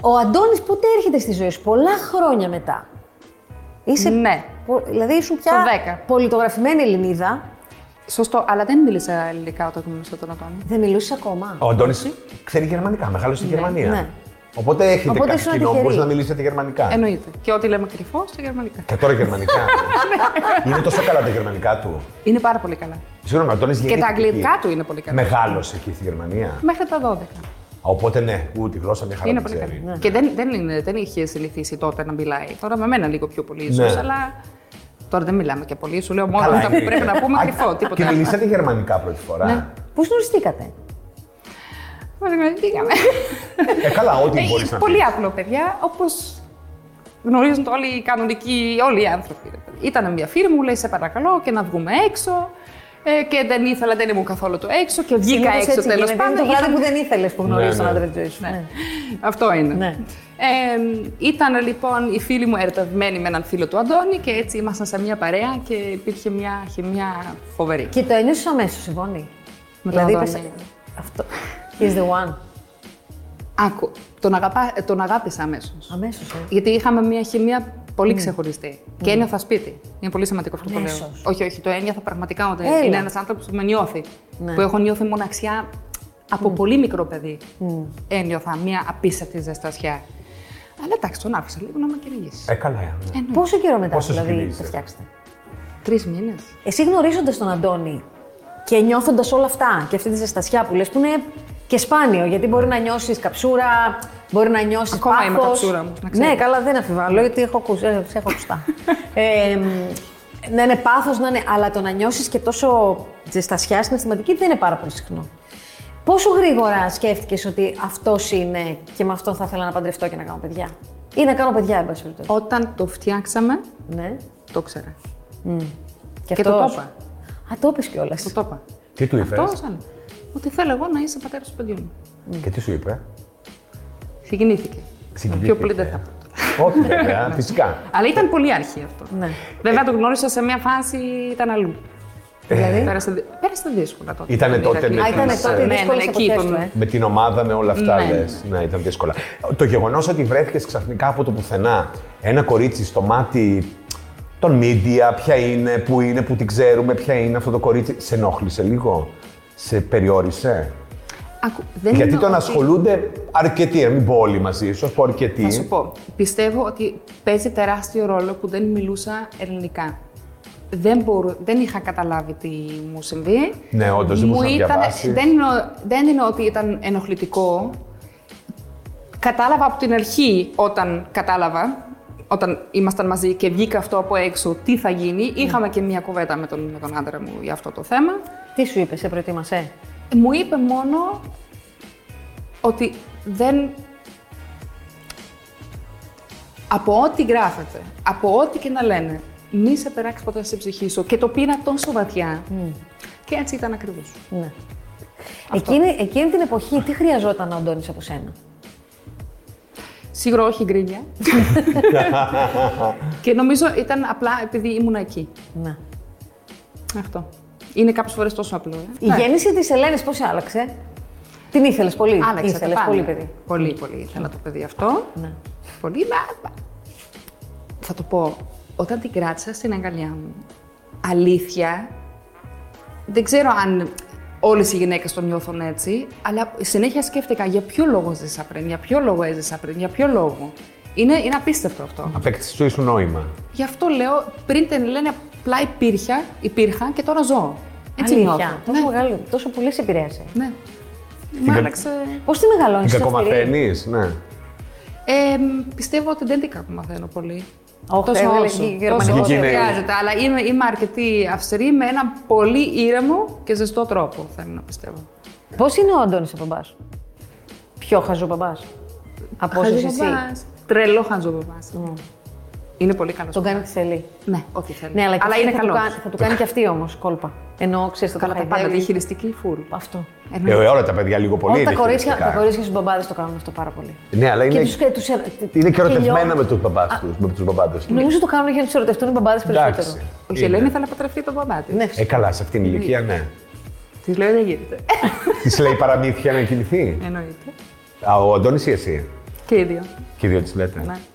Ο Αντώνης πότε έρχεται στη ζωή σου, πολλά χρόνια μετά. Είσαι... Ναι. πο- Δηλαδή ήσουν πια Το 10. πολιτογραφημένη Ελληνίδα. Σωστό, αλλά δεν μίλησα ελληνικά όταν γνώρισα τον Αντώνη. Δεν μιλούσες ακόμα. Ο Αντώνης ξέρει γερμανικά, μεγάλωσε στη Γερμανία. ναι. Οπότε έχετε Οπότε κάποιο ήσουν κοινό που τυχεροί. μπορεί να μιλήσετε γερμανικά. Εννοείται. Και ό,τι λέμε κρυφό στα γερμανικά. Και τώρα γερμανικά. είναι τόσο καλά τα γερμανικά του. Είναι πάρα πολύ καλά. Συγγνώμη, ο Αντώνης Και τα γεννήθηκε αγγλικά εκεί. του είναι πολύ καλά. Μεγάλωσε εκεί στη Γερμανία. Μέχρι τα 12. Οπότε ναι, ού, τη γλώσσα μια χαρά είναι την πολύ ναι. ξέρει. καλά. Και δεν, δεν, είναι, δεν είχε συνηθίσει τότε να μιλάει. Τώρα με μένα λίγο πιο πολύ, ίσω, Ναι. αλλά. Τώρα δεν μιλάμε και πολύ. Σου λέω μόνο Καλά αυτά που είναι. πρέπει να πούμε Α, κρυφό, τίποτα. Και άλλο. μιλήσατε γερμανικά πρώτη φορά. Ναι. Πώς γνωριστήκατε. Μας γνωριστήκαμε. Ε, καλά, ό,τι μπορείς να πει. Πολύ απλό, παιδιά, όπως γνωρίζουν το όλοι οι κανονικοί, όλοι οι άνθρωποι. Ήταν μια φίλη μου, λέει σε παρακαλώ και να βγούμε έξω. Ε, και δεν ήθελα, δεν ήμουν καθόλου το έξω και βγήκα Συνήθως έξω έτσι τέλος γίνεται. Είναι πάντων. το βράδυ Είχα- που δεν ήθελες που γνωρίζεις Ναι, τον ναι. άντρα της ζωής σου. Ναι. Αυτό είναι. Ναι. Ε, ήταν λοιπόν η φίλη μου ερωτευμένη με έναν φίλο του Αντώνη και έτσι ήμασταν σε μια παρέα και υπήρχε μια χημιά φοβερή. Και το ένιωσες αμέσως, Ιβόνη. Με δηλαδή τον είπες, Αντώνη. Αυτό. He's the one. Άκου, τον, αγαπά, ε, τον αγάπησα αμέσως. Αμέσως. Ε. Γιατί είχαμε μια χημεία πολύ ξεχωριστή. Και ένιωθα σπίτι. Είναι πολύ σημαντικό αυτό που λέω. Αμέσως. Όχι, όχι, το ένιωθα πραγματικά όταν Έλα. είναι ένας άνθρωπος που με νιώθει. Ναι. Που έχω νιώθει μοναξιά από πολύ μικρό παιδί. Ένιωθα μια απίστευτη ζεστασιά. Αλλά εντάξει, τον άφησα λίγο να με κυνηγήσει. Ε, καλά. ναι. Πόσο καιρό μετά Πόσο δηλαδή συγκινήσετε. το φτιάξετε. Τρεις μήνες. Εσύ γνωρίζοντας τον Αντώνη και νιώθοντας όλα αυτά και αυτή τη ζεστασιά που λες που είναι και σπάνιο, γιατί μπορεί να νιώσεις καψούρα, μπορεί να νιώσεις Ακόμα πάθος. είμαι καψούρα μου, να ξέρετε. ναι, καλά, δεν αμφιβάλλω, γιατί έχω ακούσει. ε, σε έχω ακουστά. ε, μ, να είναι πάθος, να είναι. Αλλά το να νιώσεις και τόσο ζεστασιά συναισθηματική δεν είναι πάρα πολύ συχνό. Πόσο γρήγορα σκέφτηκες ότι αυτός είναι και με αυτόν θα ήθελα να παντρευτώ και να κάνω παιδιά. Ή να κάνω παιδιά, εν πάση περιπτώσει. Όταν το φτιάξαμε, Ναι. το ξέρα. Και, Και το αυτός. είπα. Α, το είπες κιόλας. Το το είπα. Τι του είπε. Αυτό σαν. Ότι θέλω εγώ να είσαι πατέρας του παιδιού μου. Και τι σου είπε. Συγκινήθηκε. Συγκινήθηκε. Πιο πολύ δεν θα πω. τώρα. Όχι, βέβαια, φυσικά. Ναι. Ε. Αλλά ήταν πολύ αρχή αυτό. Ναι. Βέβαια το γνώρισα σε μια φάση, ήταν αλλού. Δηλαδή. Πέρασε, δυ- πέρασε δύσκολα τότε. Ήτανε τότε με Α, ήταν Ναι, τότε Ε. ναι, δύσκολε εποχέ του, ε. Με την ομάδα, με όλα αυτά Ναι. λες. Ναι, ήταν δύσκολα. Το γεγονός ότι βρέθηκες ξαφνικά από το πουθενά ένα κορίτσι στο μάτι των media, ποια είναι, πού είναι, που την ξέρουμε, ποια είναι αυτό το κορίτσι. Σε ενόχλησε λίγο, σε περιόρισε. Ακού, Ε, δεν Γιατί είναι τον ότι- ασχολούνται αρκετοί, ε, μην πω όλοι μαζί, ίσω πω αρκετοί. Θα σου πω. Πιστεύω ότι παίζει τεράστιο ρόλο που δεν μιλούσα ελληνικά. Δεν, μπορού, δεν είχα καταλάβει τι μου συμβεί. Ναι, όντως, δεν Μου μπορούσα να ήταν- διαβάσεις. δεν, είναι, δεν είναι ότι ήταν ενοχλητικό. Κατάλαβα από την αρχή όταν κατάλαβα, όταν ήμασταν μαζί και βγήκα αυτό από έξω, τι θα γίνει. Είχαμε και μια κουβέντα με τον, με τον άντρα μου για αυτό το θέμα. Τι σου είπες, σε προετοίμασε. Μου είπε μόνο ότι δεν... Από ό,τι γράφεται, από ό,τι και να λένε, μη σε περάξει ποτέ στην ψυχή σου. Και το πήρα τόσο βαθιά. Και έτσι ήταν ακριβώς. Ναι. Εκείνη, εκείνη την εποχή τι χρειαζόταν ο Αντώνης από σένα. Σίγουρα όχι γκρίνια. και νομίζω ήταν απλά επειδή ήμουν εκεί. Ναι. Αυτό. Είναι κάποιες φορές τόσο απλό. ε. Η γέννηση της Ελένης πώς σε άλλαξε. Την ήθελες πολύ. Άλλαξε το ήθελες πάνω. πολύ παιδί. Πολύ, πολύ ήθελα το παιδί αυτό. Ναι. Πολύ. Μα, μα. Θα το πω. Όταν την κράτησα στην αγκαλιά μου, αλήθεια, δεν ξέρω αν όλες οι γυναίκες το νιώθουν έτσι, αλλά συνέχεια σκέφτηκα για ποιο λόγο ζήσα πριν, για ποιο λόγο έζησα πριν, για ποιο λόγο. Είναι, είναι απίστευτο αυτό. Απέκτησε το ίσου νόημα. Γι' αυτό λέω, πριν την λένε απλά υπήρχα, υπήρχα και τώρα ζω. Έτσι Ναι. Αλήθεια. νιώθω. Τόσο, μεγάλο, τόσο πολύ σε επηρέασε. Ναι. Μ' κα- άλλαξε. Πώς τη μεγαλώνεις Την την αυτή. κακομαθαίνεις, ναι. Ε, μ, πιστεύω ότι δεν την κακομαθαίνω πολύ. Όχι, δεν λέει γερμανικό τόσο όσο γυναίκα. χρειάζεται, αλλά είμαι, είμαι αρκετή αυστηρή με ένα πολύ ήρεμο και ζεστό τρόπο, θέλω να πιστεύω. Πώς είναι ο Αντώνης ο μπαμπάς. Πιο χαζό μπαμπάς. Από όσους εσύ. Χαζοπαπάς. Τρελό χαζοπαπάς. Είναι πολύ καλός. Τον κάνει τι θέλει. Ναι, ό,τι θέλει. Ναι, αλλά, και αυτή είναι θα του καλός. κάνει- Θα του κάνει και αυτή όμως κόλπα. Ενώ ξέρεις το Καλά τα πάντα, χαϊδεύει. διαχειριστική φουλ. Αυτό. Ε, όλα τα παιδιά λίγο πολύ. Ναι. Όλα τα είναι κορίτσια, τα χειριστικά. κορίτσια στους μπαμπάδες το κάνουν αυτό πάρα πολύ. Ναι, αλλά Και είναι, τους, και τους, ε, είναι και τελειώνουν. ερωτευμένα με τους μπαμπάδε τους. Με τους μπαμπάδες τους. Νομίζω το κάνουν για να τους ερωτευτούν οι μπαμπάδες περισσότερο. Εντάξει. Όχι, η Είναι. Ελένη θα να παντρευτεί τον μπαμπά της. Ναι. Ε, καλά, σε αυτήν την ηλικία, ναι. Τη λέω δεν γίνεται. Της λέει παραμύθια να κινηθεί. Εννοείται. Α, ο Αντώνης ή εσύ. Και οι δύο. Και οι δύο τη λέτε. Ναι.